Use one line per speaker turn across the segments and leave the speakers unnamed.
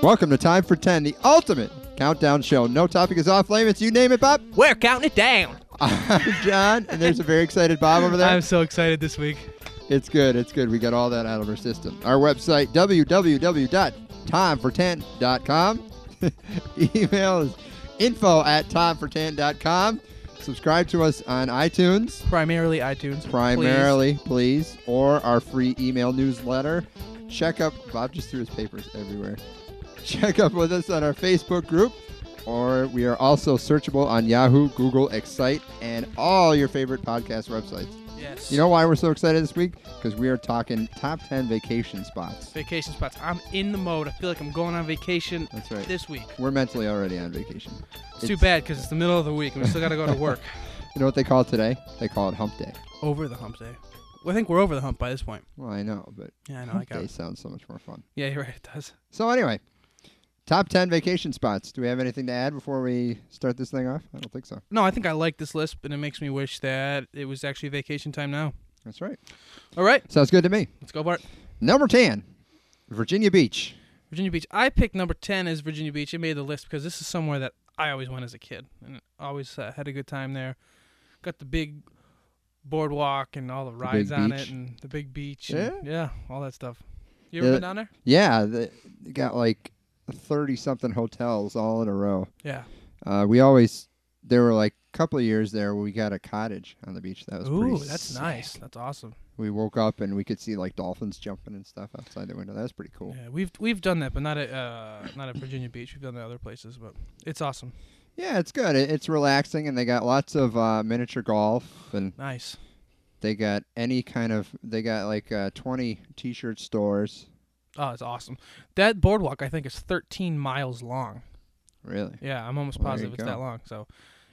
Welcome to Time for 10, the ultimate countdown show. No topic is off limits. You name it, Bob.
We're counting it down.
I'm John, and there's a very excited Bob over there.
I'm so excited this week.
It's good. It's good. We got all that out of our system. Our website, www.timefor10.com. Email is info at timefor10.com. Subscribe to us on iTunes,
Primarily iTunes.
primarily, please, or our free email newsletter. Check up, Bob just threw his papers everywhere. Check up with us on our Facebook group, or we are also searchable on Yahoo, Google, Excite, and all your favorite podcast websites.
Please. Yes.
You know why we're so excited this week? Because we are talking top 10 vacation spots.
vacation spots. I'm in the mode. I feel like I'm going on vacation
That's right.
this week.
We're mentally already on vacation.
It's, too bad because it's the middle of the week and we still got to go to work.
You know what they call it today? They call it hump day.
over the hump day. Well, I think we're over the hump by this point.
Well, I know, but
Yeah, I know. I
hump
got
day
it.
sounds so much more fun.
Yeah, you're right. It does.
So, anyway, top 10 vacation spots. Do we have anything to add before we start this thing off? I don't think so.
No, I think I like this list, but it makes me wish that it was actually vacation time now.
That's right.
All right,
Sounds good to me.
let's go, Bart.
Number 10, Virginia Beach.
Virginia Beach. I picked number 10 as Virginia Beach. It made the list because this is somewhere that I always went as a kid and always uh, had a good time there. Got the big boardwalk and all the rides on
beach.
it and the big beach. and- yeah, all that stuff. You ever
Yeah.
been down there?
Yeah, they they got like 30 something hotels all in a row.
Yeah.
Uh, we always there were like a couple of years there where we got a cottage on the beach. That was pretty.
Ooh, that's
sick.
nice. That's awesome.
We woke up and we could see like dolphins jumping and stuff outside the window. That was pretty cool.
Yeah, we've we've done that, but not at uh, not at Virginia Beach. We've done that other places, but it's awesome.
Yeah, it's good. It, it's relaxing, and they got lots of uh, miniature golf, and
Nice.
they got any kind of. They got like uh, twenty t-shirt stores.
Oh, it's awesome. That boardwalk I think is 13 miles long.
Really,
Yeah, I'm almost
Well, there
positive
you
it's
go.
that long. So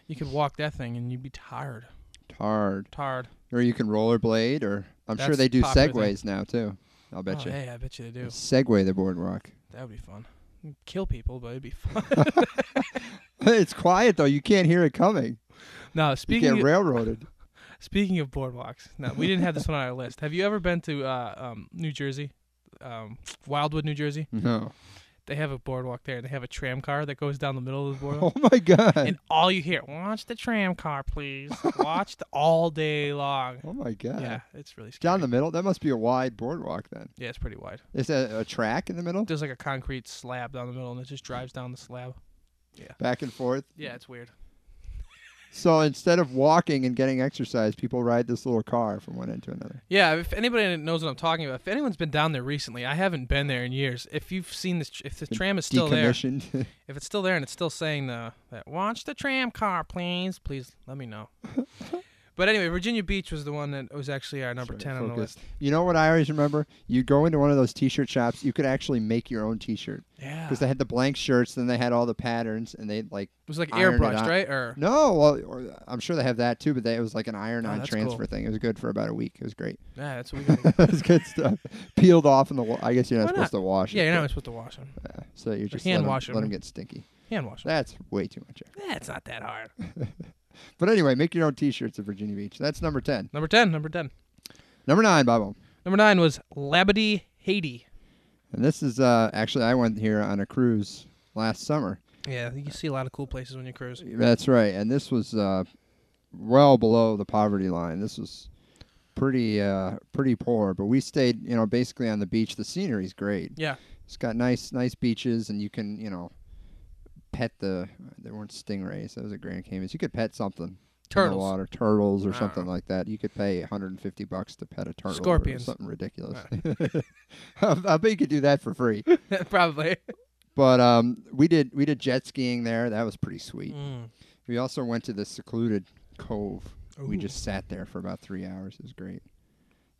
you could walk that thing and you'd be tired.
it's hard.
Tired.
Or you can rollerblade, or I'm sure
That's
they do
popular thing.
segways now too. I'll bet
oh,
you
Hey, I bet you they do.
segway the boardwalk.
That would be fun. You'd Kill people, but it'd be fun.
it's quiet though; you can't hear it coming.
no,
You
speaking
get
of,
railroaded.
speaking of boardwalks, no, we didn't have this one on our list. Have you ever been to uh, um, New Jersey, um, Wildwood, New Jersey?
No.
They have a boardwalk there, and they have a tram car that goes down the middle of the boardwalk.
Oh my god.
and all you hear, watch the tram car, please. Watch the, all day long.
Oh my god.
Yeah, it's really scary.
Down the middle? That must be a wide boardwalk then.
yeah, it's pretty wide.
Is that a track in the middle?
There's like a concrete slab down the middle, and it just drives down the slab.
Back and forth.
Yeah, it's weird.
So instead of walking and getting exercise, people ride this little car from one end to another.
Yeah, if anybody knows what I'm talking about, if anyone's been down there recently, I haven't been there in years. If you've seen this, tr- if the tram is still there,
Decommissioned.
if it's still there and it's still saying the that watch the tram car, please, please let me know. but anyway, Virginia Beach was the one that was actually our number
Sorry,
ten on the
focus.
list.
You know what I always remember? You go into one of those t-shirt shops, you could actually make your own t-shirt
Yeah,
because they had the blank shirts, then they had all the patterns, and they like
it was like
iron it
airbrushed,
out.
right? Or Oh,
no, well, or, I'm sure they have that too, but they, it was like an iron-on
that's
transfer
cool.
thing. It was good for about a week. It was great.
yeah, that's what we. Gotta
it was good stuff. Peeled off in the. wa- I guess you're not
Why
supposed to wash
Yeah,
it.
you're
but-
not supposed to wash them.
Yeah, so you just
hand
let 'em-
wash 'em.
let them get stinky.
Hand wash them.
That's way too much effort.
That's not that hard.
But anyway, make your own T-shirts at Virginia Beach. That's number ten.
Number ten. Number ten.
Number nine, Bobo.
Number nine was Labadee, Haiti.
And this is uh, actually I went here on a cruise last summer.
Yeah, you see a lot of cool places when you cruise.
That's right. And this was uh, well below the poverty line. This was pretty uh, pretty poor. But we stayed, you know, basically on the beach. The scenery's great.
Yeah.
It's got nice nice beaches, and you can you know pet the there weren't stingrays. That was at Grand Caymans. You could pet something. in the
Turtles.
water, turtles or
Ah.
something like that. You could pay 150 bucks to pet a turtle, or
Scorpions. Ah.
something ridiculous. I, I bet you could do that for free.
Probably.
But um, we did we did jet skiing there. That was pretty sweet.
Mm.
We also went to this secluded cove. We
Ooh.
just sat there for about three hours. It was great.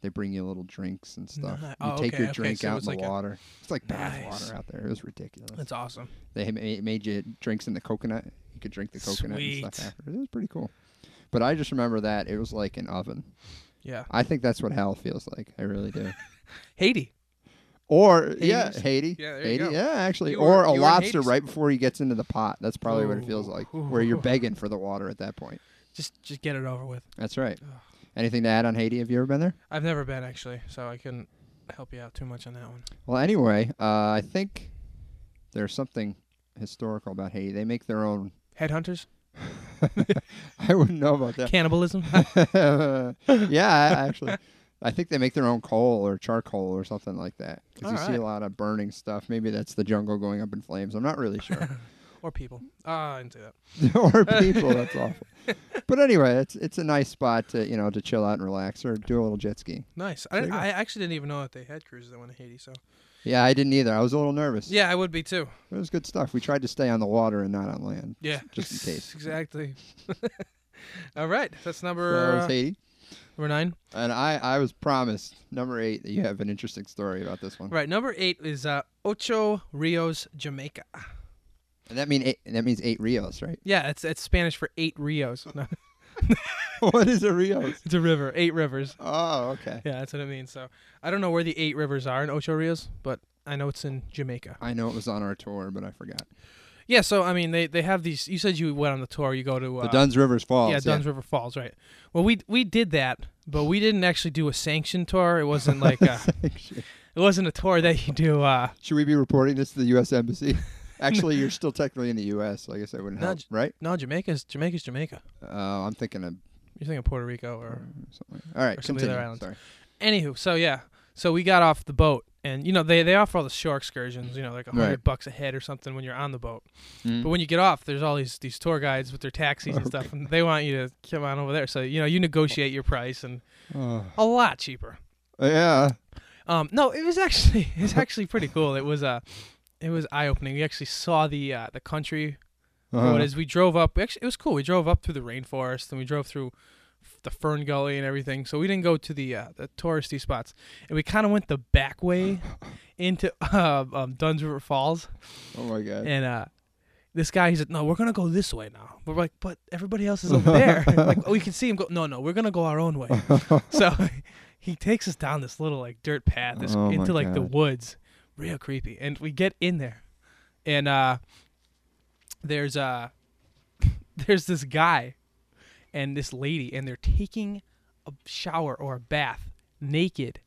They bring you little drinks and stuff.
Ni-
you
oh,
take
okay,
your
okay,
drink
so it
out in
was
the
like a-
water. It's like bath
Nice.
water out there. It was ridiculous.
That's awesome.
They ma- made you drinks in the coconut. You could drink the coconut and
Sweet.
stuff after. It was pretty cool. But I just remember that it was like an oven.
Yeah.
I think that's what hell feels like. I really do.
Haiti.
Or yeah,
Hades?
Haiti.
Yeah, there you
Haiti.
go.
Yeah, actually.
You
or
were-
a
you were in
lobster
Hades. Oh.
right before he gets into the pot. That's probably what it feels like. Where you're
Ooh.
begging for the water at that point.
Just just get it over with.
That's right. Anything to add on Haiti? Have you ever been there?
I've never been actually, so I couldn't help you out too much on that one.
Well, anyway, uh, I think There's something historical about Haiti. They make their own.
Headhunters,
I wouldn't know about that.
cannibalism.
yeah, I- actually, I think they make their own coal or charcoal or something like that. Because you see
Alright.
a lot of burning stuff. Maybe that's the jungle going up in flames. I'm not really sure.
or people. Ah, I didn't say that.
or people. That's awful. But anyway, it's it's a nice spot to you know to chill out and relax or do a little jet skiing.
Nice.
There
I,
you go.
I actually didn't even know that they had cruises that went to Haiti. So
Yeah, I didn't either. I was a little nervous.
yeah, I would be too.
It was good stuff. We tried to stay on the water and not on land.
Yeah,
Just in case.
exactly. All right, that's
So that
number
was
uh,
Haiti.
number nine.
And I, I was promised, number eight, that you have an interesting story about this one.
Right, number eight is uh, Ocho Rios, Jamaica.
And that mean eight, that means eight Rios, right?
Yeah, it's it's Spanish for eight rios. No,
what is a Rios?
it's a river, eight rivers.
Oh, okay.
Yeah, that's what it means. So I don't know where the eight rivers are in Ocho Rios, but I know it's in Jamaica.
I know it was on our tour, but I forgot.
Yeah, so I mean they, they have these. You said you went on the tour. You go to uh,
the Duns Rivers Falls.
yeah Duns River Falls, right? Well, we we did that, but we didn't actually do a sanctioned tour. It wasn't like a, it wasn't a tour that you do. Uh,
Should we be reporting this to the U.S. Embassy? Actually, you're still technically in the U.S., so I guess that wouldn't
No,
help,
j-
right?
no, Jamaica's Jamaica's Jamaica.
Uh, I'm thinking of
You're thinking Puerto Rico or
something. All right,
Or some of the
continue.
other islands.
Sorry.
Anywho, so yeah, so we got off the boat, and you know they, they offer all the shore excursions, you know, like a hundred
Right.
bucks a head or something when you're on the boat.
Mm.
But when you get off, there's all these these tour guides with their taxis and stuff, and they want you to come on over there. So you know you negotiate your price, and
Oh.
a lot cheaper.
yeah.
Um, no, it was actually it's actually pretty cool. It was uh, it was eye opening. We actually saw the uh, the country
Uh-huh.
what is we drove up actually it was cool we drove up through the rainforest and we drove through f- the fern gully and everything so we didn't go to the uh, the touristy spots and we kind of went the back way into uh, um, duns river falls
Oh my God.
and uh this guy he's like no we're gonna go this way now we're like but everybody else is over there like oh, we can see him go no no we're gonna go our own way so he takes us down this little like dirt path this,
Oh my
into like the
God.
woods real creepy and we get in there and uh there's uh there's this guy and this lady and they're taking a shower or a bath naked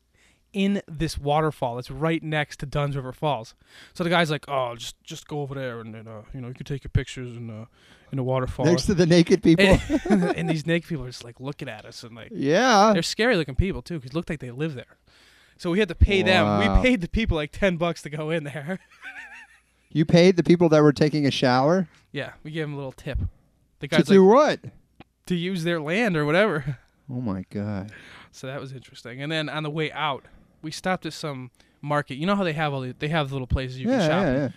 in this waterfall that's right next to Duns River Falls. So the guy's like, "Oh, just just go over there and, then uh, you know you can take your pictures in the in the waterfall."
Next to the naked people.
and, and these naked people are just like looking at us and like
yeah.
they're scary looking people too because looked like they live there. So we had to pay them.
Wow.
We paid the people like ten bucks to go in there.
You paid the people that were taking a shower
yeah, we gave them a little tip.
to
The guys like
do what?
to use their land or whatever.
Oh my God.
So that was interesting. And then on the way out, we stopped at some market. You know how they have all the, they have little places you
yeah,
can shop.
yeah,
in.
yeah.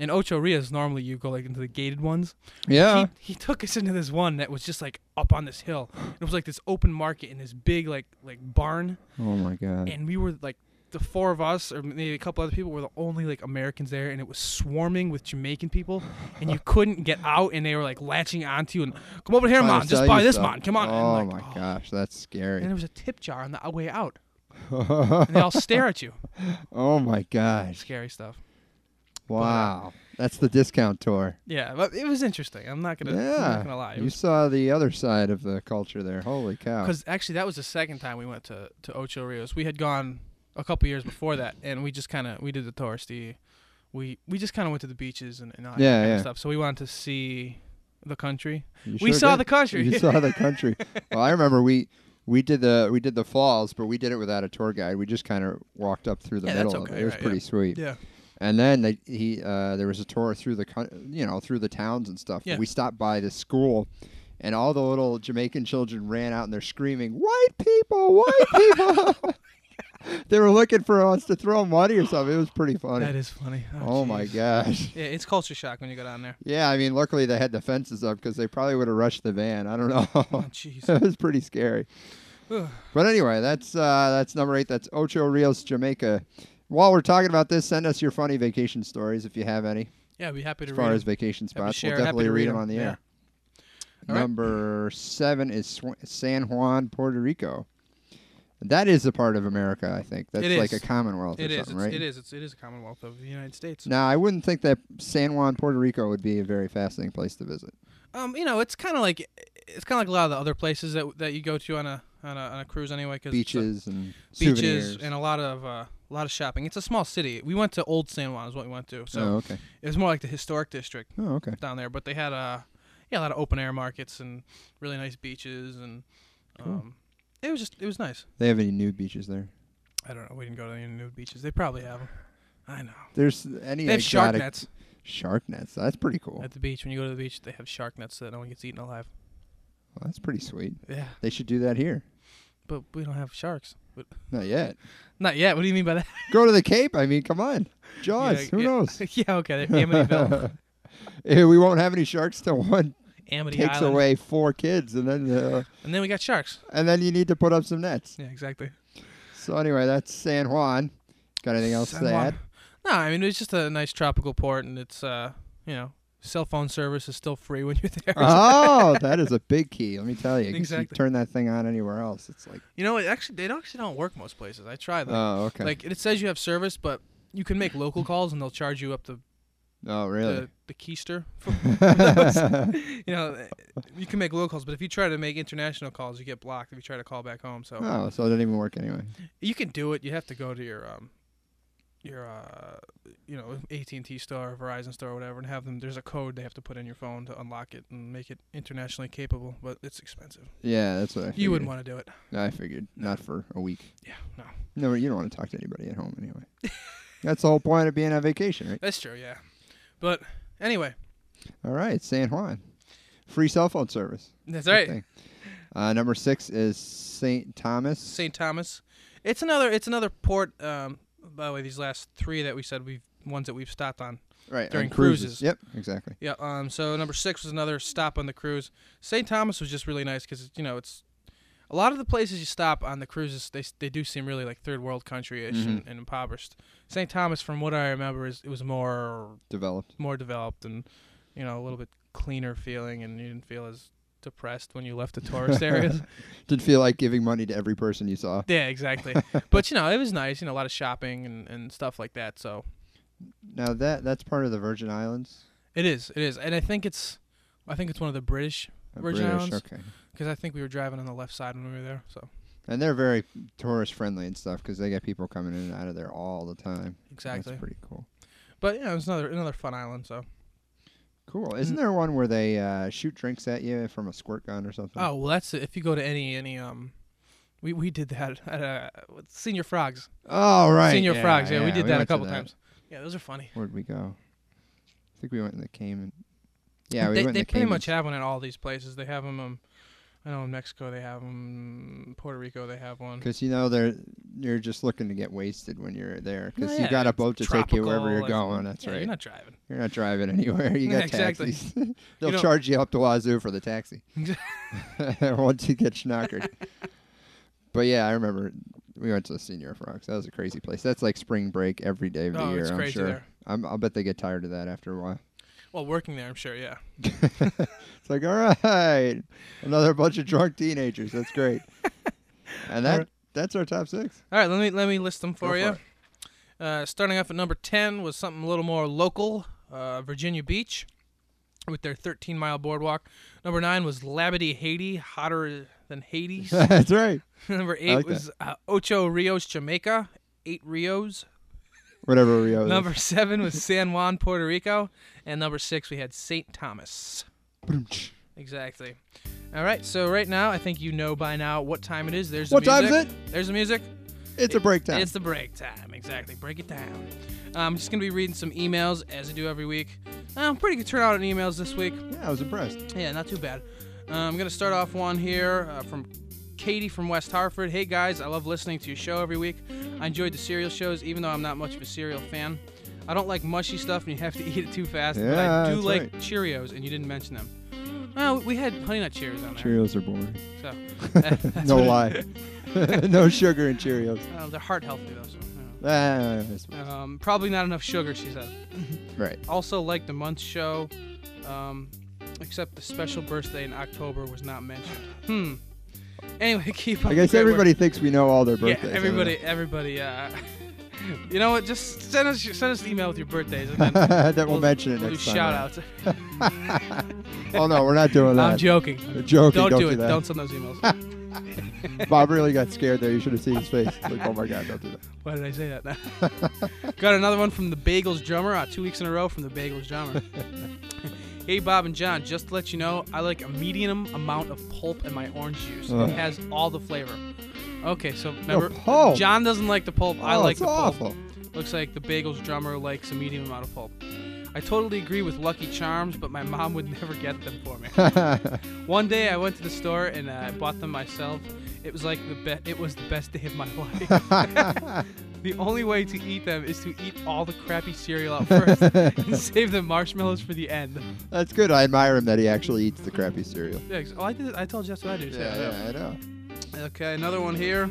And Ocho Rios, normally you go like into the gated ones.
Yeah.
He, he took us into this one that was just like up on this hill. It was like this open market in this big like like barn,
oh my God.
and we were like the four of us or maybe a couple other people were the only like Americans there, and it was swarming with Jamaican people, and you couldn't get out, and they were like latching onto you and come over here,
Trying to
man, just
sell
buy
you
this,
stuff.
man, come on.
Oh
and, like,
my gosh, that's
And
scary.
there was a tip jar on the way out, and they
oh
all stare at you.
my gosh.
Scary stuff. uh,
Wow. That's the discount tour.
Yeah, but it was interesting. I'm not gonna, I'm
Yeah.
not gonna lie. It
You
was-
saw the other side of the culture there. Holy cow.
Because actually, that was the second time we went to to Ocho Rios. We had gone a couple years before that, and we just kind of we did the touristy. We we just kind of went to the beaches and, and all that
Yeah,
kind
yeah.
of stuff. So we wanted to see the country.
You
we
sure
saw
did.
the country.
You saw the country. well, I remember we we did the we did the falls, but we did it without a tour guide. We just kind of walked up through the
Yeah,
middle
that's
of it.
okay,
It was
right, yeah.
pretty sweet.
yeah,
And then they, he uh, there was a tour through the coun- you know through the towns and stuff.
Yeah.
We stopped by this school, and all the little Jamaican children ran out and they're screaming, "White people! White people!" they were looking for us to throw them money or something. It was pretty funny.
that is funny.
oh my
jeez.
gosh!
Yeah, it's culture shock when you go down there.
Yeah, I mean, luckily they had the fences up because they probably would have rushed the van. I don't
Oh
know.
jeez.
it was pretty scary.
Ugh.
But anyway, that's uh, that's number eight. That's Ocho Rios, Jamaica. While we're talking about this, send us your funny vacation stories if you have any.
yeah, I'd be happy to
As
read.
far
it.
as vacation
Happy to
spots, we'll
share, happy
definitely
to
read
read
them
'em,
on the
yeah.
air.
All right.
Number seven is Sw- San Juan, Puerto Rico. That is a part of America, I think. That's
It
like
is.
a Commonwealth
It
or
is.
something,
it's-
right?
It is. It's, it is a Commonwealth of the United States.
Now, I wouldn't think that San Juan, Puerto Rico, would be a very fascinating place to visit.
Um, you know, it's kind of like it's kind of like a lot of the other places that that you go to on a on a, on a cruise anyway because
beaches and
beaches
souvenirs.
and a lot of uh, a lot of shopping. It's a small city. We went to Old San Juan is what we went to, so
oh, okay.
it was more like the historic district
Oh, okay.
down there. But they had uh, yeah, a lot of open air markets and really nice beaches and
Cool.
um, it was just it was nice.
They have any nude beaches there?
I don't know. We didn't go to any nude beaches. They probably have them. I know.
There's any
They have shark
exotic-
nets
Shark nets. That's pretty cool.
at the beach. When you go to the beach, they have shark nets so that no one gets eaten alive.
Well, that's pretty sweet.
Yeah,
They should do that here.
but we don't have sharks. But-
Not yet.
Not yet. What do you mean by that?
Go to the Cape. I mean, come on. Jaws.
Yeah,
who
yeah.
knows?
yeah. Okay. They're Amityville.
Yeah, we won't have any sharks till one
Amity
takes
Island.
away four kids, and then uh,
And then we got sharks.
and then you need to put up some nets.
Yeah. Exactly.
So anyway, that's San Juan. Got anything else
San
to
Juan.
add?
No, I mean it's just a nice tropical port, and it's uh, you know, cell phone service is still free when you're there.
Oh, that is a big key. Let me tell you. 'cause
Exactly.
You turn that thing on anywhere else, it's like
You know, it actually they don't actually don't work most places. I tried them.
oh okay.
Like it says you have service, but you can make local calls, and they'll charge you up the
oh really?
the, the keister. For, you know, you can make local calls, but if you try to make international calls, you get blocked if you try to call back home. So
oh, so it didn't even work anyway.
you can do it. You have to go to your um, your uh, you know, AT and T store, or Verizon store, or whatever, and have them. There's a code they have to put in your phone to unlock it and make it internationally capable, but it's expensive.
Yeah, that's what I. Figured.
You wouldn't want to do it.
I figured not for a week.
Yeah, no,
No, you don't want to talk to anybody at home anyway. That's the whole point of being on vacation, right?
that's true. Yeah, but anyway,
All right, San Juan. Free cell phone service.
that's
Good
all right.
thing. Uh, number six is St. Thomas.
St. Thomas. It's another. It's another port. Um, by the way, these last three that we said we've ones that we've stopped on.
right,
during
on
cruises.
Yep, exactly.
Yeah. Um. So number six was another stop on the cruise. St. Thomas was just really nice because you know it's a lot of the places you stop on the cruises they s- they do seem really like third world country-ish and, and impoverished. St. Thomas, from what I remember, is it was more
Developed.
more developed and you know a little bit cleaner feeling and you didn't feel as depressed when you left the tourist areas.
Did feel like giving money to every person you saw.
Yeah, exactly. but you know, it was nice. You know, a lot of shopping and, and stuff like that. So
Now that that's part of the Virgin Islands.
it is, it is, and I think it's, I think it's one of the British
Uh,
Virgin
British,
Islands?
Okay.
because I think we were driving on the left side when we were there. So
And they're very tourist friendly and stuff because they got people coming in and out of there all the time.
exactly.
That's pretty cool.
But yeah, it was another another fun island. So
Cool.
Mm.
Isn't there one where they uh, shoot drinks at you from a squirt gun or something?
oh well, that's if you go to any any um. We, we did that at uh, with Senior Frogs.
Oh right.
Senior Frogs, yeah, we did that a
went to
couple times. Yeah, those are funny.
Where'd we go? I think we went in the Cayman. Yeah, we
they,
went
they
in the
pretty
Cayman.
much have one at all these places. They have them. Um, I know in Mexico they have them. Puerto Rico they have one.
Because you know they're you're just looking to get wasted when you're there.
No,
Because
Oh, yeah,
you got a
it's
boat to take you wherever
tropical,
you're
it's-
going. That's
yeah,
right.
You're
You're not,
not driving.
driving anywhere. You
Yeah,
got
exactly.
taxis. They'll
don't-
charge you up the wazoo for the taxi once you get schnockered. but yeah, I remember we went to the Senior Frogs. That was a crazy place. That's like spring break every day of the
Oh,
year.
it's
I'm
crazy
sure.
there.
I'm, I'll bet they get tired of that after a while.
Well, working there, I'm sure. Yeah.
It's like, all right, another bunch of drunk teenagers. That's great. and that that's our top six.
All right, let me let me list them
Go
for
for
you. Uh, starting off at number ten was something a little more local, uh, Virginia Beach, with their 13 mile boardwalk. Number nine was Labadee, Haiti, hotter than Hades.
that's right.
number eight
like that.
was uh, Ocho Rios, Jamaica, eight Rios.
Whatever Rio. is.
Number seven was San Juan, Puerto Rico, and number six we had Saint Thomas. Exactly. All right, so right now I think you know by now what time it is. There's the
What time
music.
is
it? There's the music.
It's a break time.
It's the break time, exactly. Break it down. Uh, I'm just gonna be reading some emails as I do every week. Um, pretty good turnout on emails this week.
yeah, I was impressed.
Yeah, not too bad. Uh, I'm gonna start off one here uh, from Katie from West Hartford. Hey guys, I love listening to your show every week. I enjoyed the cereal shows, even though I'm not much of a cereal fan. I don't like mushy stuff, and you have to eat it too fast. but
Yeah,
I do
that's
like
right.
Cheerios, and you didn't mention them. Well, we had Honey Nut Cheerios on there.
Cheerios are boring.
So that's
no
what it-
lie. no sugar in Cheerios.
Uh, they're heart healthy though. So, you
Ah, that's-
know. um, probably not enough sugar, she said.
right.
also like the month show, um, except the special birthday in October was not mentioned. Hmm. Anyway, keep up.
I
the
guess
great
everybody
work.
thinks we know all their birthdays. I
Yeah,
don't
everybody, everybody. Uh, you know what? Just send us send us an email with your birthdays, and then
know. that we'll,
we'll-
mention it
we'll do
next time.
shout outs.
Oh no, we're not doing that.
I'm joking.
We're joking.
Don't,
Don't,
do it.
that.
Don't send those emails.
Bob really got scared there. You should have seen his face. Like, oh my God, don't do that.
Why did I say that? Got another one from the Bagels drummer. Uh, two weeks in a row from the Bagels drummer. hey, Bob and John, just to let you know, I like a medium amount of pulp in my orange juice.
Ugh.
It has all the flavor. Okay, so remember,
pulp.
John doesn't like the pulp. I
Oh,
like
it's
the pulp.
awful.
Looks like the Bagels drummer likes a medium amount of pulp. I totally agree with Lucky Charms, but my mom would never get them for me. One day I went to the store and uh, I bought them myself. It was like the be- it was the best day of my life. The only way to eat them is to eat all the crappy cereal out first and save the marshmallows for the end.
That's good. I admire him that he actually eats the crappy cereal.
Yeah, 'cause- oh, I, did, I told you that's what I do. so I know.
I know.
Okay, another one here.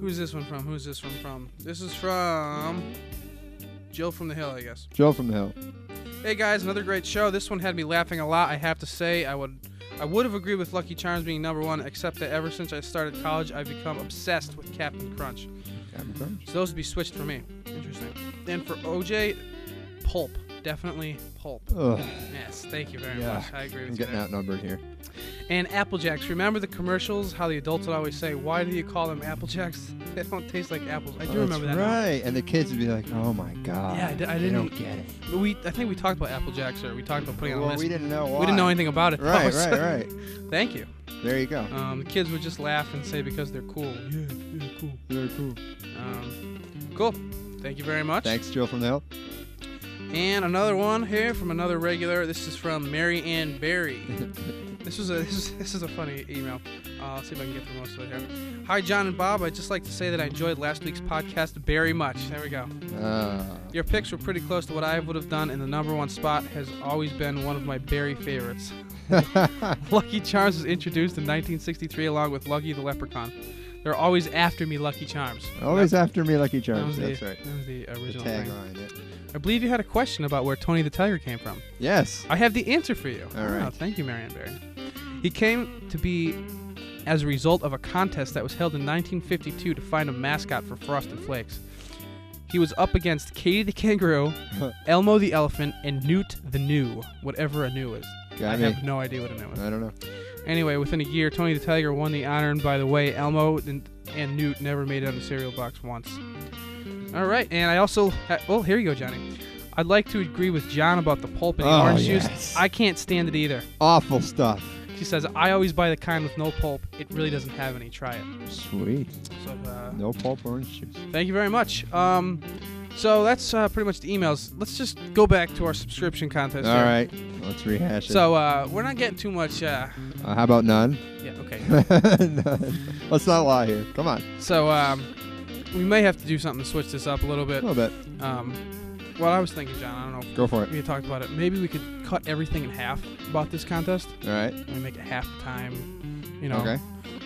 Who's this one from? Who's this one from? This is from Jill from the Hill, I guess.
Joe from the Hill.
Hey guys, another great show. This one had me laughing a lot. I have to say, I would, I would have agreed with Lucky Charms being number one, except that ever since I started college, I've become obsessed with Captain Crunch.
Captain Crunch.
So those would be switched for me. Interesting. And for OJ, pulp. Definitely pulp.
Ugh,
Yes, thank you very
Yeah.
much. I agree
I'm
with you.
getting
There.
outnumbered here.
And Apple Jacks. Remember the commercials? How the adults would always say, "Why do you call them Apple Jacks? They don't taste like apples." I do
Oh,
remember
that's
that. now.
Right. And the kids would be like, oh my God.
Yeah, I d- I
They
didn't-
don't get it.
But We, I think we talked about Apple Jacks, or we talked about putting it on
Well,
a list.
we didn't know why.
We didn't know anything about it. though,
Right,
so-
right, right.
Thank you.
There you go.
Um, the kids would just laugh and say because they're cool. Yeah, yeah, cool.
Very cool.
Um, cool. Thank you very much.
Thanks, Joe from the Hill.
And another one here from another regular. This is from Mary Ann Berry. this was a this is, this is a funny email. Uh, I'll see if I can get through most of it here. Hi John and Bob. I'd just like to say that I enjoyed last week's podcast very much. There we go.
Uh,
Your picks were pretty close to what I would have done, and the number one spot has always been one of my Berry favorites.
Uh,
Lucky Charms was introduced in 1963 along with Lucky the Leprechaun. They're always after me, Lucky Charms.
always after me, Lucky
that
Charms.
was,
That's
the,
right.
that was the
The
original thing.
tagline. yeah.
I believe you had a question about where Tony the Tiger came from.
Yes.
I have the answer for you.
All right.
Wow, thank you, Marianne Barry. He came to be as a result of a contest that was held in 1952 to find a mascot for Frosted Flakes. He was up against Katie the Kangaroo, Elmo the Elephant, and Newt the New, whatever a new is. I
Got me.
have no idea what a new is.
I don't know.
Anyway, within a year, Tony the Tiger won the honor, and by the way, Elmo and, and Newt never made it on the cereal box once. All right, and I also ha- well, here you go, Johnny. I'd like to agree with John about the pulp and the
Oh,
orange
yes.
juice. I can't stand it either.
Awful stuff.
She says I always buy the kind with no pulp. It really doesn't have any. Try it.
Sweet.
So uh,
No pulp orange juice.
thank you very much. Um, so that's uh, pretty much the emails. Let's just go back to our subscription contest.
All
here.
right. Let's rehash it.
So uh, we're not getting too much. Uh,
Uh, how about none?
yeah. Okay.
None. Let's not lie here. Come on.
So um, we may have to do something to switch this up a little
A
bit.
little bit.
Um, what I was thinking, John, I don't know.
Go for
if
it.
We had talked about it. Maybe we could cut everything in half about this contest.
All right.
We make it half the time. You know,
okay.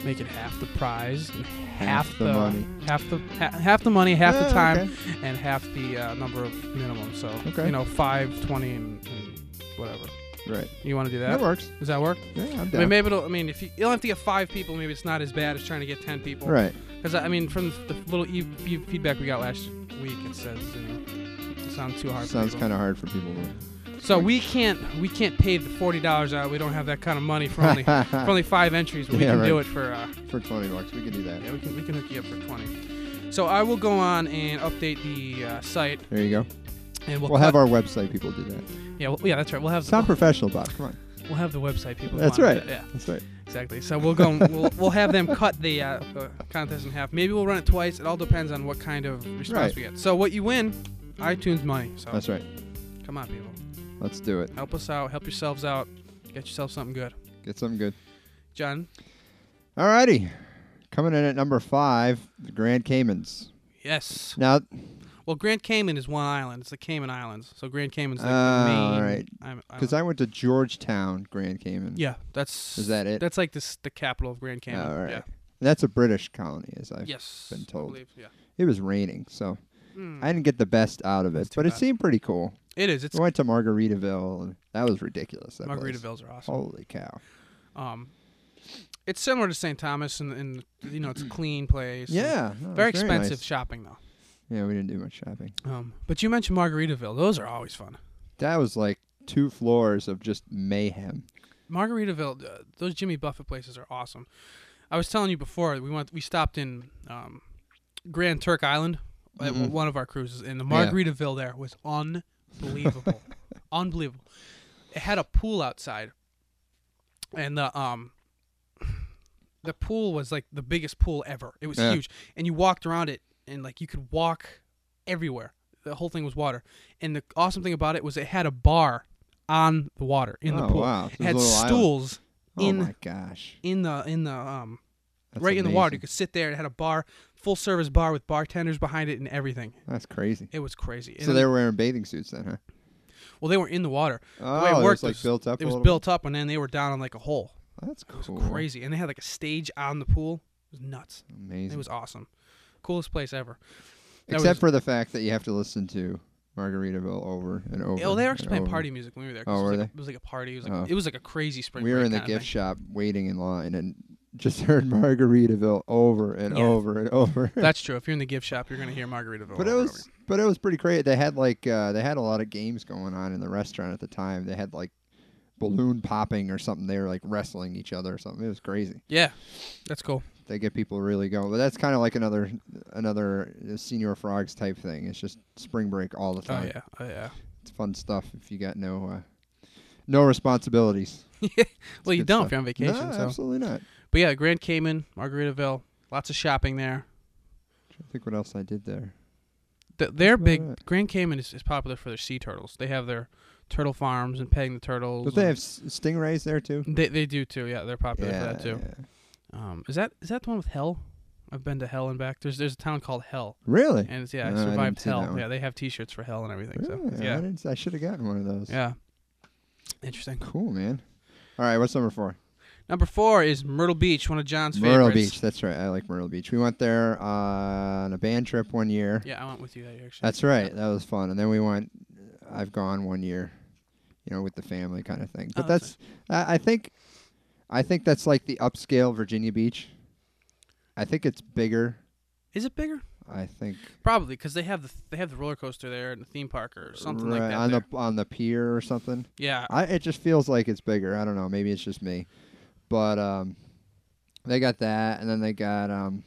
make it half the prize, and
Half
half,
the money.
half the ha- half the money, half
Yeah,
the time,
okay.
and half the uh, number of minimum. So
Okay.
you know, five, twenty, and, and whatever.
Right.
You want to do that?
That works.
Does that work?
Yeah, I'm
I mean,
down.
maybe it'll. I mean, if you, you'll have to get five people, maybe it's not as bad as trying to get ten people.
Right.
Because I mean, from the little e- e- feedback we got last week, it says you know, it sounds too hard.
Sounds kind of hard for people.
of. So we can't we can't pay the forty dollars out. We don't have that kind of money for only for only five entries. But we
Yeah,
can do
right.
it for uh,
for 20 bucks, we can do that.
yeah, we can we can hook you up for twenty. So I will go on and update the uh, site,
There you go.
and we'll,
We'll have
cut-
our website people do that.
yeah well, yeah that's right. We'll have
Sound
the,
professional, Bob. Come on.
we'll have the website people.
That's
monitor
right.
it, Yeah,
That's right.
exactly. So we'll go and we'll, we'll have them cut the, uh, the contest in half. Maybe we'll run it twice. It all depends on what kind of response
Right.
we get. So what you win, iTunes money. So
That's right.
come on, people.
Let's do it.
Help us out. Help yourselves out. Get yourself something good.
Get something good.
John?
All righty. Coming in at number five, the Grand Caymans.
Yes.
Now,
Well, Grand Cayman is one island. It's the Cayman Islands. So Grand Cayman's like
Ah,
the main.
alright.
I'm-
because
island.
I went to Georgetown, Grand Cayman.
Yeah, that's.
Is that it?
That's like this, the capital of Grand Cayman.
All right.
Yeah.
That's a British colony, as I've
Yes.
been told.
I believe, yeah.
It was raining, so
Mm.
I didn't get the best out of it,
too
but it
bad.
seemed pretty cool.
It is. It's
I went to Margaritaville, and that was ridiculous. That place.
Margaritavilles are awesome.
Holy cow.
Um, it's similar to St. Thomas, and in, you know it's a clean place. and
Yeah. no, it was
Very expensive
nice.
shopping though.
Yeah, we didn't do much shopping.
Um, but you mentioned Margaritaville. Those are always fun.
That was like two floors of just mayhem.
Margaritaville, uh, those Jimmy Buffett places are awesome. I was telling you before we went we stopped in um, Grand Turk Island at
Mhm.
one of our cruises, and the
Yeah.
Margaritaville there was unbelievable, unbelievable. It had a pool outside, and the um the pool was like the biggest pool ever. It was
Yeah.
huge, and you walked around it, and like you could walk everywhere. The whole thing was water, and the awesome thing about it was it had a bar on the water in the
Oh,
pool.
wow. This
It had
little island.
stools
Oh
in
my gosh.
in the in the um
That's
right in the water. You
amazing.
could sit there. It had a bar, full service bar with bartenders behind it and everything.
That's crazy.
It was crazy.
So
And-
they were wearing bathing suits then, huh?
well, they were in the water.
Oh,
way it
it
worked
was like
was-
built up.
It
a
was
little
built up, and then they were down on like a hole.
bit? That's
It was
cool.
crazy, and they had like a stage on the pool. It was nuts.
Amazing.
It was awesome. Coolest place ever. that
Except
was-
for the fact that you have to listen to Margaritaville over and over.
oh, they
and
were actually playing
over.
party music when we were there.
Oh,
'cause it was
were
like,
they?
It was like a party. It was like,
Oh.
it was like a crazy spring.
We were
break
in the
kinda thing.
gift shop waiting in line and just heard Margaritaville over and
Yeah.
over and over.
That's true. If you're in the gift shop, you're gonna hear Margaritaville.
but it
over and
was but it was pretty crazy. They had like uh, they had a lot of games going on in the restaurant at the time. They had like balloon popping or something. They were like wrestling each other or something. It was crazy.
over. yeah, that's cool.
They get people really going. But that's kind of like another another uh, senior frogs type thing. It's just spring break all the
Oh
time.
yeah, oh yeah.
It's fun stuff if you got no uh, no responsibilities.
Well, you
good
don't
stuff.
if you're on vacation.
no,
so
absolutely not.
But yeah, Grand Cayman, Margaritaville, lots of shopping there.
I think what else I did there.
Th- They're
about
big.
it.
Grand Cayman is, is popular for their sea turtles. They have their turtle farms and petting the turtles.
But they
and-
have s- stingrays there too.
They, they do too. Yeah, they're popular
yeah,
for that too.
yeah.
Um, is that is that the one with Hell? I've been to Hell and back. There's there's a town called Hell,
Really?
and it's, yeah,
No, I
I
didn't
survived
see that
Hell.
one.
Yeah, they have T-shirts for Hell and everything.
Really?
So
I,
yeah,
didn't- I should have gotten one of those.
yeah, interesting.
Cool, man. All right, what's number four?
Number four is Myrtle Beach, one of John's
Myrtle
favorites.
Beach. That's right. I like Myrtle Beach. We went there uh, on a band trip one year.
Yeah, I went with you that year. Actually.
That's right. That was fun. And then we went. I've gone one year, you know, with the family kind of thing. But
Oh, that's
that's. I, I think. I think that's like the upscale Virginia Beach. I think it's bigger.
Is it bigger?
I think
Probably because they have the they have the roller coaster there and the theme park or something
right
like that.
on
there.
the on the pier or something.
yeah,
I, it just feels like it's bigger. I don't know. Maybe it's just me, but um, they got that, and then they got um,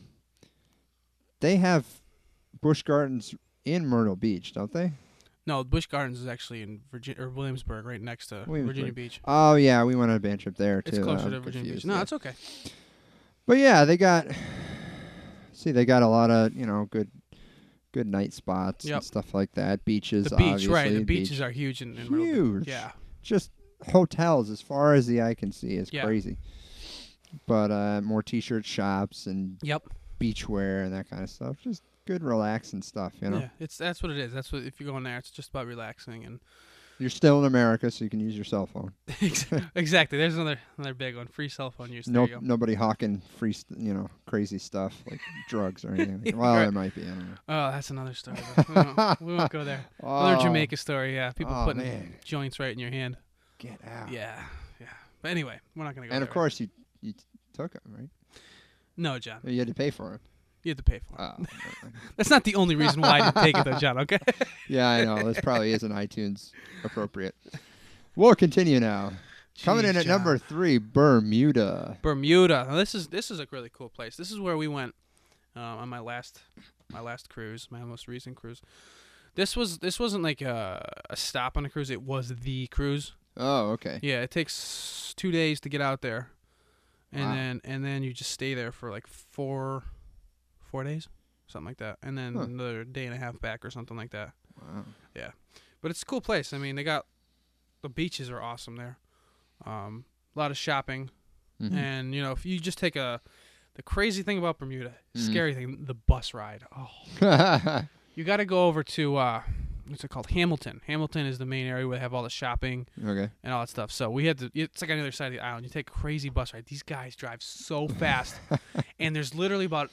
they have Busch Gardens in Myrtle Beach, don't they?
No, Busch Gardens is actually in Virginia or Williamsburg, right next to Virginia
Williamsburg.
Beach.
Oh yeah, we went on a band trip there too.
It's closer
I'm
to Virginia
confused,
Beach. No,
yeah.
it's okay.
but yeah, they got. See, they got a lot of you know good, good night spots
Yep.
and stuff like that. Beaches,
The beach,
obviously.
right? The
beach.
beaches are huge in, in Myrtle Beach.
Huge.
Yeah,
just hotels as far as the eye can see is
Yeah.
crazy. But uh, more t-shirt shops and
Yep.
beachwear and that kind of stuff. Just good relaxing stuff, you know.
yeah. It's that's what it is. That's what if you're going there, it's just about relaxing and
You're still in America, so you can use your cell phone.
exactly. There's another another big one. Free cell phone use.
No,
There you
nobody hawking free, st- you know, crazy stuff like drugs or anything. Like Well,
Right.
there might be. I don't know.
go. Oh, that's another story. but we, won't, we won't go there. Another
Oh,
Jamaica story. Yeah, people
Oh,
putting
man.
joints right in your hand.
Oh, Get out.
Yeah, yeah. But anyway, we're not gonna go.
And
there
of course, you you t- took it, right?
no, John,
You had to pay for it.
you have to pay for it.
Oh.
That's not the only reason why I didn't take it, though, John. Okay.
yeah, I know. This probably isn't iTunes appropriate. We'll continue now. Coming in
Jeez,
at
John.
number three, Bermuda.
Bermuda. Now, this is this is a really cool place. This is where we went um, on my last my last cruise, my most recent cruise. This was this wasn't like a, a stop on a cruise. It was the cruise.
Oh, okay.
Yeah, it takes two days to get out there, and
Wow.
then and then you just stay there for like four four days, something like that, and then
Huh.
another day and a half back or something like that.
Wow.
But it's a cool place. I mean, they got the beaches are awesome there. Um, a lot of shopping.
Mhm.
And you know, if you just take a the crazy thing about Bermuda,
Mhm.
scary thing, the bus ride. Oh,
Mm-hmm.
you got to go over to uh, what's it called? Hamilton. Hamilton is the main area where they have all the shopping
okay.
and all that stuff. So we had to. It's like on the other side of the island. You take a crazy bus ride. These guys drive so fast, and there's literally about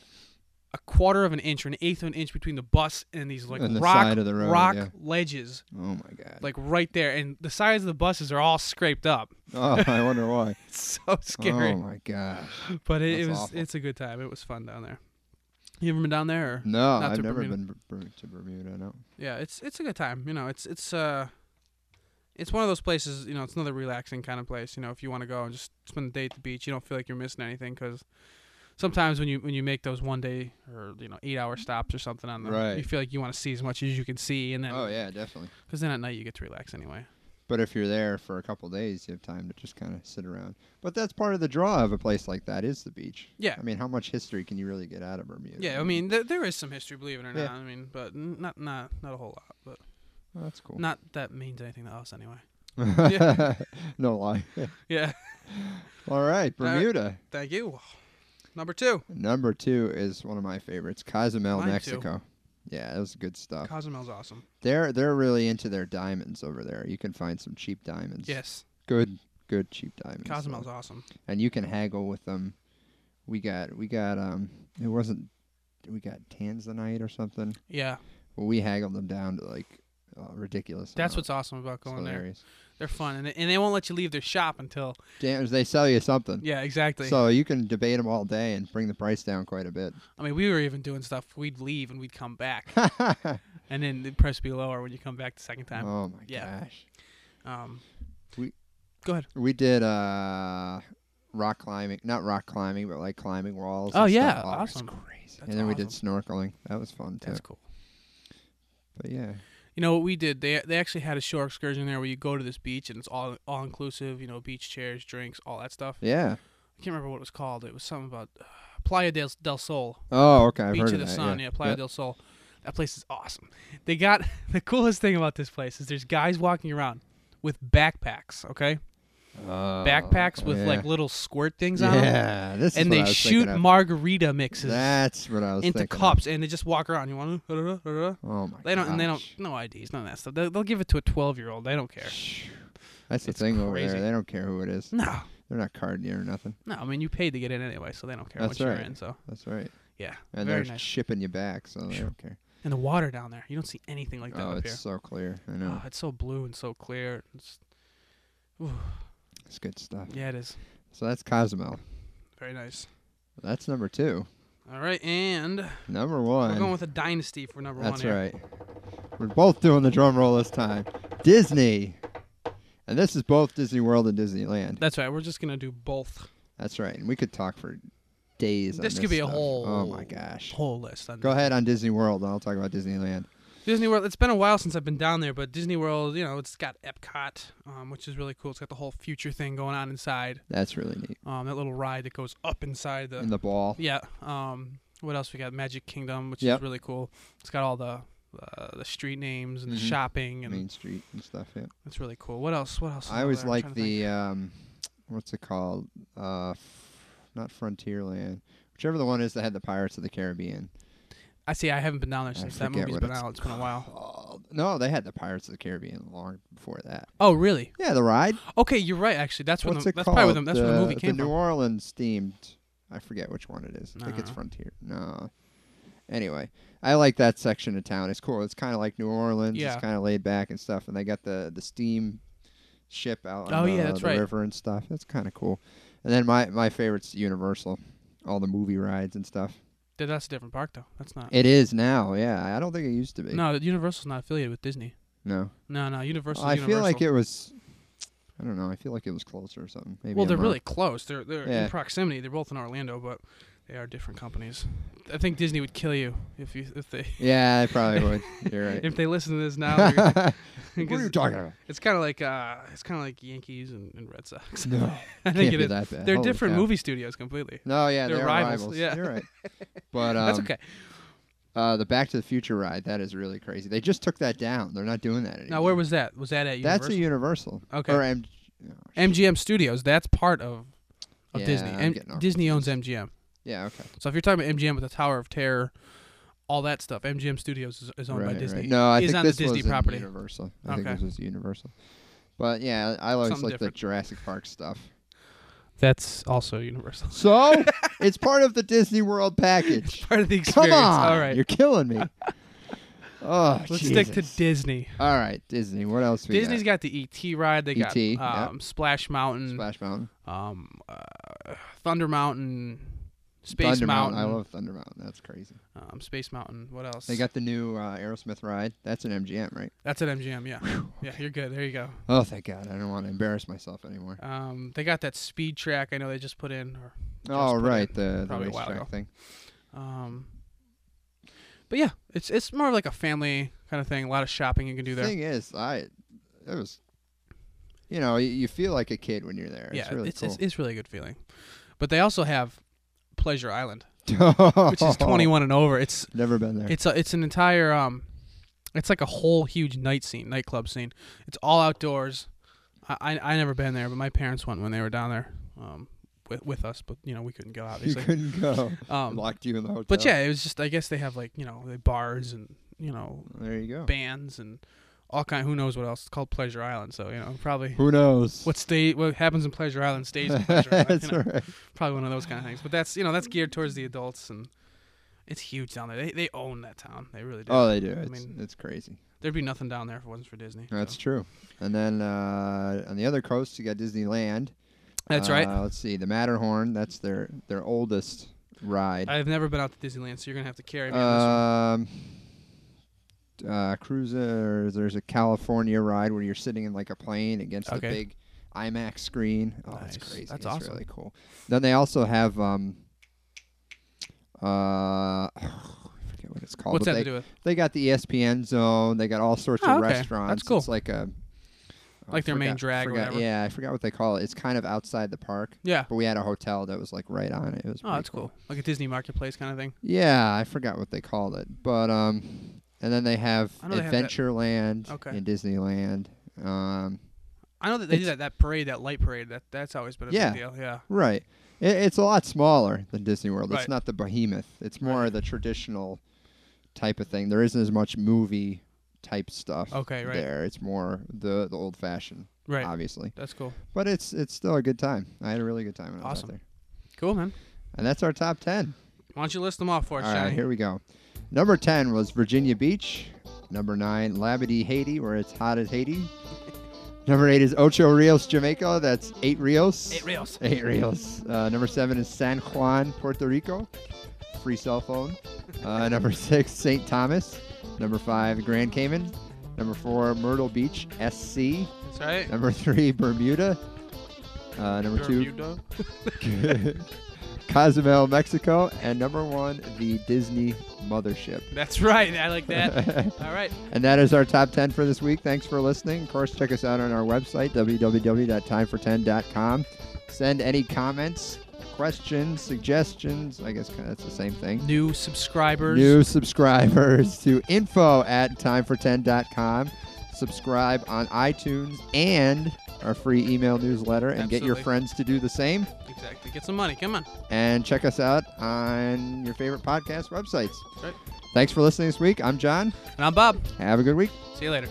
a quarter of an inch or an eighth of an inch between the bus and these like
And the
rock
side of the road,
rock
yeah.
ledges,
Oh my god.
like right there. And the sides of the buses are all scraped up.
oh, I wonder why.
It's so scary.
Oh my gosh.
But it, it
That's
was
awful.
it's a good time. It was fun down there. You ever been down there? Or?
No,
Not
I've
to
never
Bermuda.
been Ber- Ber- to Bermuda. No.
Yeah, it's it's a good time. You know, it's it's uh it's one of those places, you know, it's another relaxing kind of place, you know, if you want to go and just spend the day at the beach, you don't feel like you're missing anything cuz sometimes when you when you make those one day or you know eight hour stops or something on them,
Right.
you feel like you want to see as much as you can see, and then
Oh
because
yeah, definitely.
then at night you get to relax anyway.
But if you're there for a couple days, you have time to just kind of sit around. But that's part of the draw of a place like that is the beach.
Yeah.
I mean, how much history can you really get out of Bermuda?
Yeah, I mean th- there is some history, believe it or
Yeah.
not. I mean, but n- not not not a whole lot, but
Oh, that's cool.
not that means anything to us anyway.
no lie.
Yeah,
All right, Bermuda.
thank you. Number two,
Number two is one of my favorites, Cozumel,
Mine too.
Mexico. Yeah, that was good stuff.
Cozumel's awesome.
They're they're really into their diamonds over there. You can find some cheap diamonds.
Yes,
Good good cheap diamonds. so-
Cozumel's awesome.
And you can haggle with them. We got we got um it wasn't we got tanzanite or something.
Yeah,
Well, we haggled them down to like uh, ridiculous.
that's
amount.
what's awesome about
It's
going there.
hilarious.
They're fun, and they, and they won't let you leave their shop until
Damn, they sell you something.
yeah, exactly.
So you can debate them all day and bring the price down quite a bit.
I mean, we were even doing stuff. We'd leave and we'd come back,
oh
and then the price would be lower when you come back the second time.
my
Yeah.
gosh.
Um,
We-
go ahead.
We did uh rock climbing, not rock climbing, but like climbing walls.
Oh,
and stuff.
yeah,
it was
awesome.
crazy.
That's
and then we did snorkeling. That was fun too.
That's cool.
But yeah,
You know what we did? They they actually had a shore excursion there where you go to this beach and it's all all inclusive. You know, beach chairs, drinks, all that stuff.
yeah.
I can't remember what it was called. It was something about uh, Playa del del Sol,
Oh, okay. I've
Beach
heard
of the
that,
Sun. Yeah,
yeah.
Playa
Yep.
del Sol. That place is awesome. They got the coolest thing about this place is there's guys walking around with backpacks. Okay,
Oh,
backpacks with
yeah.
like little squirt things on them.
yeah. This is
and
what
they
I was
shoot
thinking of.
margarita mixes
That's what I was
into
thinking of.
cups, and they just walk around. You want to?
Oh my.
They don't. And they don't.
gosh.
No IDs. None of that stuff. They'll, they'll give it to a twelve-year-old. They don't care.
Shh. That's the
It's
thing over
crazy.
there. They don't care who it is.
No,
They're not carding you or nothing.
no. I mean, you paid to get in anyway, so they don't care
That's
once
right.
you're in. So
That's right.
yeah,
And
very
they're
nice.
shipping you back, so they don't care.
And the water down there, you don't see anything like that
oh,
up
it's
here.
so clear. I know.
Oh, it's so blue and so clear. It's,
It's good stuff.
yeah, it is
So that's Cozumel.
very nice.
That's number two.
All right, and
Number one.
we're going with a dynasty for number one.
that's
here.
right. We're both doing the drum roll this time. Disney. And this is both Disney World and Disneyland.
That's right. We're just gonna do both
That's right. And we could talk for days. on
This could be a
stuff.
whole-
Oh my gosh.
whole list. On
Go ahead on Disney World, and I'll talk about Disneyland.
Disney World. It's been a while since I've been down there, but Disney World, you know, it's got Epcot, um, which is really cool. It's got the whole future thing going on inside.
That's really neat.
Um, that little ride that goes up inside the.
And the ball.
yeah. Um, what else we got? Magic Kingdom, which
Yep.
is really cool. It's got all the uh, the street names and the
Mhm.
shopping, and
Main Street and stuff. Yeah.
it's really cool. What else? What else? is
I
out
always
there? I'm
like
trying to think.
the um, what's it called? Uh, f- not Frontierland, whichever the one is that had the Pirates of the Caribbean.
I see. I haven't been down there
I
since that
forget
movie's
what
been
it's
out. It's been a
Oh,
while.
no, they had the Pirates of the Caribbean long before that.
Oh, really?
Yeah, the ride.
Okay, you're right. Actually, that's when
what's
the,
it
that's
called?
probably when the, that's
the,
where the movie came
the New
from.
Orleans themed. I forget which one it is. I think it's
No.
Frontier. No. Anyway, I like that section of town. It's cool. It's kind of like New Orleans.
Yeah.
It's kind of laid back and stuff. And they got the the steam ship out on
Oh,
the,
yeah, that's
the
right.
river and stuff. That's kind of cool. And then my my favorite's Universal, all the movie rides and stuff.
Dude, That's a different park, though. That's not.
It is now. Yeah, I don't think it used to be.
No, Universal's not affiliated with Disney.
No.
No, no, Universal's
I
Universal.
feel like it was. I don't know. I feel like it was closer or something. Maybe
well,
I'm
they're
wrong.
really close. They're they're
Yeah.
in proximity. They're both in Orlando, but they are different companies. I think Disney would kill you if you if they
Yeah, I probably would. You're right.
if they listen to this now. they're-
what are
'cause
you talking about?
It's kind of like uh, it's kind of like Yankees and, and Red Sox.
No,
I think
Can't
it
be
is.
that bad.
They're
Holy
different
cow.
movie studios completely.
No, yeah,
They're
they're,
rivals,
rivals.
yeah.
You're right. But um,
That's okay.
Uh, the Back to the Future ride that is really crazy. They just took that down. They're not doing that anymore.
Now, where was that? Was that at
That's
Universal?
a Universal.
Okay.
Or M- no, sh-
MGM Studios. That's part of of
Yeah,
Disney.
I'm
M-
getting all
Disney owns MGM.
yeah. Okay.
So if you're talking about MGM with the Tower of Terror, all that stuff, MGM Studios is, is owned
right,
by Disney.
Right. No, I
is
think
on
this
the Disney
was in
property.
Universal. I
Okay.
think this was Universal. But yeah, I always
Something
like the
different.
Jurassic Park stuff.
That's also Universal.
So it's part of the Disney World package.
part of the
Come
experience.
on,
All right.
you're killing me. oh,
Let's stick to
Jesus.
Disney.
All right, Disney. What else? We
Disney's
got? E
got the ET ride. They got
E.T., yeah.
um, Splash Mountain,
Splash Mountain,
um, uh, Thunder Mountain, Space
Thunder
Mountain.
I love Thunder Mountain. That's crazy.
um, Space Mountain. What else?
They got the new uh, Aerosmith ride. That's an MGM, right?
That's at MGM. Yeah. yeah. You're good. There you go.
Oh, thank God. I don't want to embarrass myself anymore.
Um, they got that speed track. I know they just put in, or
Oh,
put in
right, the, the
probably a while
racetrack
ago.
thing.
Um, but yeah, it's it's more of like a family kind of thing. A lot of shopping you can do there.
Thing is, I it was, you know, you, you feel like a kid when you're there.
yeah,
it's really
it's,
cool.
it's it's really a good feeling. But they also have Pleasure Island,
which
which is 21 and over. It's
Never been there.
it's a it's an entire um, it's like a whole huge night scene, nightclub scene. It's all outdoors. I I, I never been there, but my parents went when they were down there. Um. With, with us, but you know we couldn't go
you
obviously.
couldn't go.
um,
Locked you in the hotel.
But yeah, it was just I guess they have like you know the bars and you know
there you go.
bands and all kind. Who knows what else? It's called Pleasure Island, so you know probably
Who knows?
what stay what happens in Pleasure Island stays in Pleasure Island. you
That's
know,
right.
Probably one of those kind of things. But that's you know that's geared towards the adults and it's huge down there. They they own that town. They really do.
Oh, they do. It's,
mean-
it's crazy.
There'd be nothing down there if it wasn't for Disney. so.
That's true. And then uh, on the other coast, you got Disneyland.
That's right.
Uh, let's see, the Matterhorn. That's their their oldest ride.
I've never been out to Disneyland, so you're gonna have to carry me. on this one.
Um, uh, cruisers. There's a California ride where you're sitting in like a plane against
Okay.
the big IMAX screen. Oh, that's
Nice.
crazy.
That's
it's
awesome.
Really cool. Then they also have um. Uh, I forget what it's called.
What's
but Uh,
that
they,
to do with?
They got the E ESPN zone. They got all sorts
Oh,
of
okay. That's
restaurants.
cool.
It's like a oh,
Like
I
their main
forgot-
drag or
forgot-
whatever.
Yeah, I forgot what they call it. It's kind of outside the park,
Yeah.
but we had a hotel that was like right on it. It was
Oh,
pretty
that's cool. Like a Disney marketplace kind of thing.
yeah, I forgot what they called it, but um, and then they have
I know they have that-
Adventureland
Okay.
in Disneyland. Um,
I know that they do
It's-
that, that parade, that light parade. That that's always been a
Yeah.
big deal. Yeah.
right, it, it's a lot smaller than Disney World.
Right.
It's not the behemoth. It's more the traditional type of thing. There isn't as much movie type stuff.
Okay, right.
There, it's more the the old fashioned,
Right.
obviously.
That's cool.
But it's it's still a good time. I had a really good time when I was
Awesome.
out there.
Cool, man.
And that's our top ten.
Why don't you list them off for us,
All right,
Johnny?
here we go. Number 10 was Virginia Beach. Number 9, Labadee, Haiti, where it's hot as Haiti. Number 8 is Ocho Rios, Jamaica. That's 8 Rios.
Eight reels.
Eight Rios. Uh, number 7 is San Juan, Puerto Rico. Free cell phone. Uh, number 6, St. Thomas. Number 5, Grand Cayman. Number 4, Myrtle Beach, SC.
That's right.
Number 3, Bermuda. Uh, number 2,
Bermuda.
Cozumel, Mexico, and number one, the Disney Mothership.
That's right. I like that. All right.
and that is our top 10 for this week. Thanks for listening. Of course, check us out on our website, www.timefor10.com. Send any comments, questions, suggestions. I guess kinda that's the same thing.
New subscribers.
New subscribers to info at timefor10.com. Subscribe on iTunes and our free email newsletter and get your
Absolutely.
friends to do the same.
Exactly. Get some money. Come on.
and check us out on your favorite podcast websites.
Right.
Thanks for listening this week. I'm John.
And I'm Bob.
Have a good week.
See you later.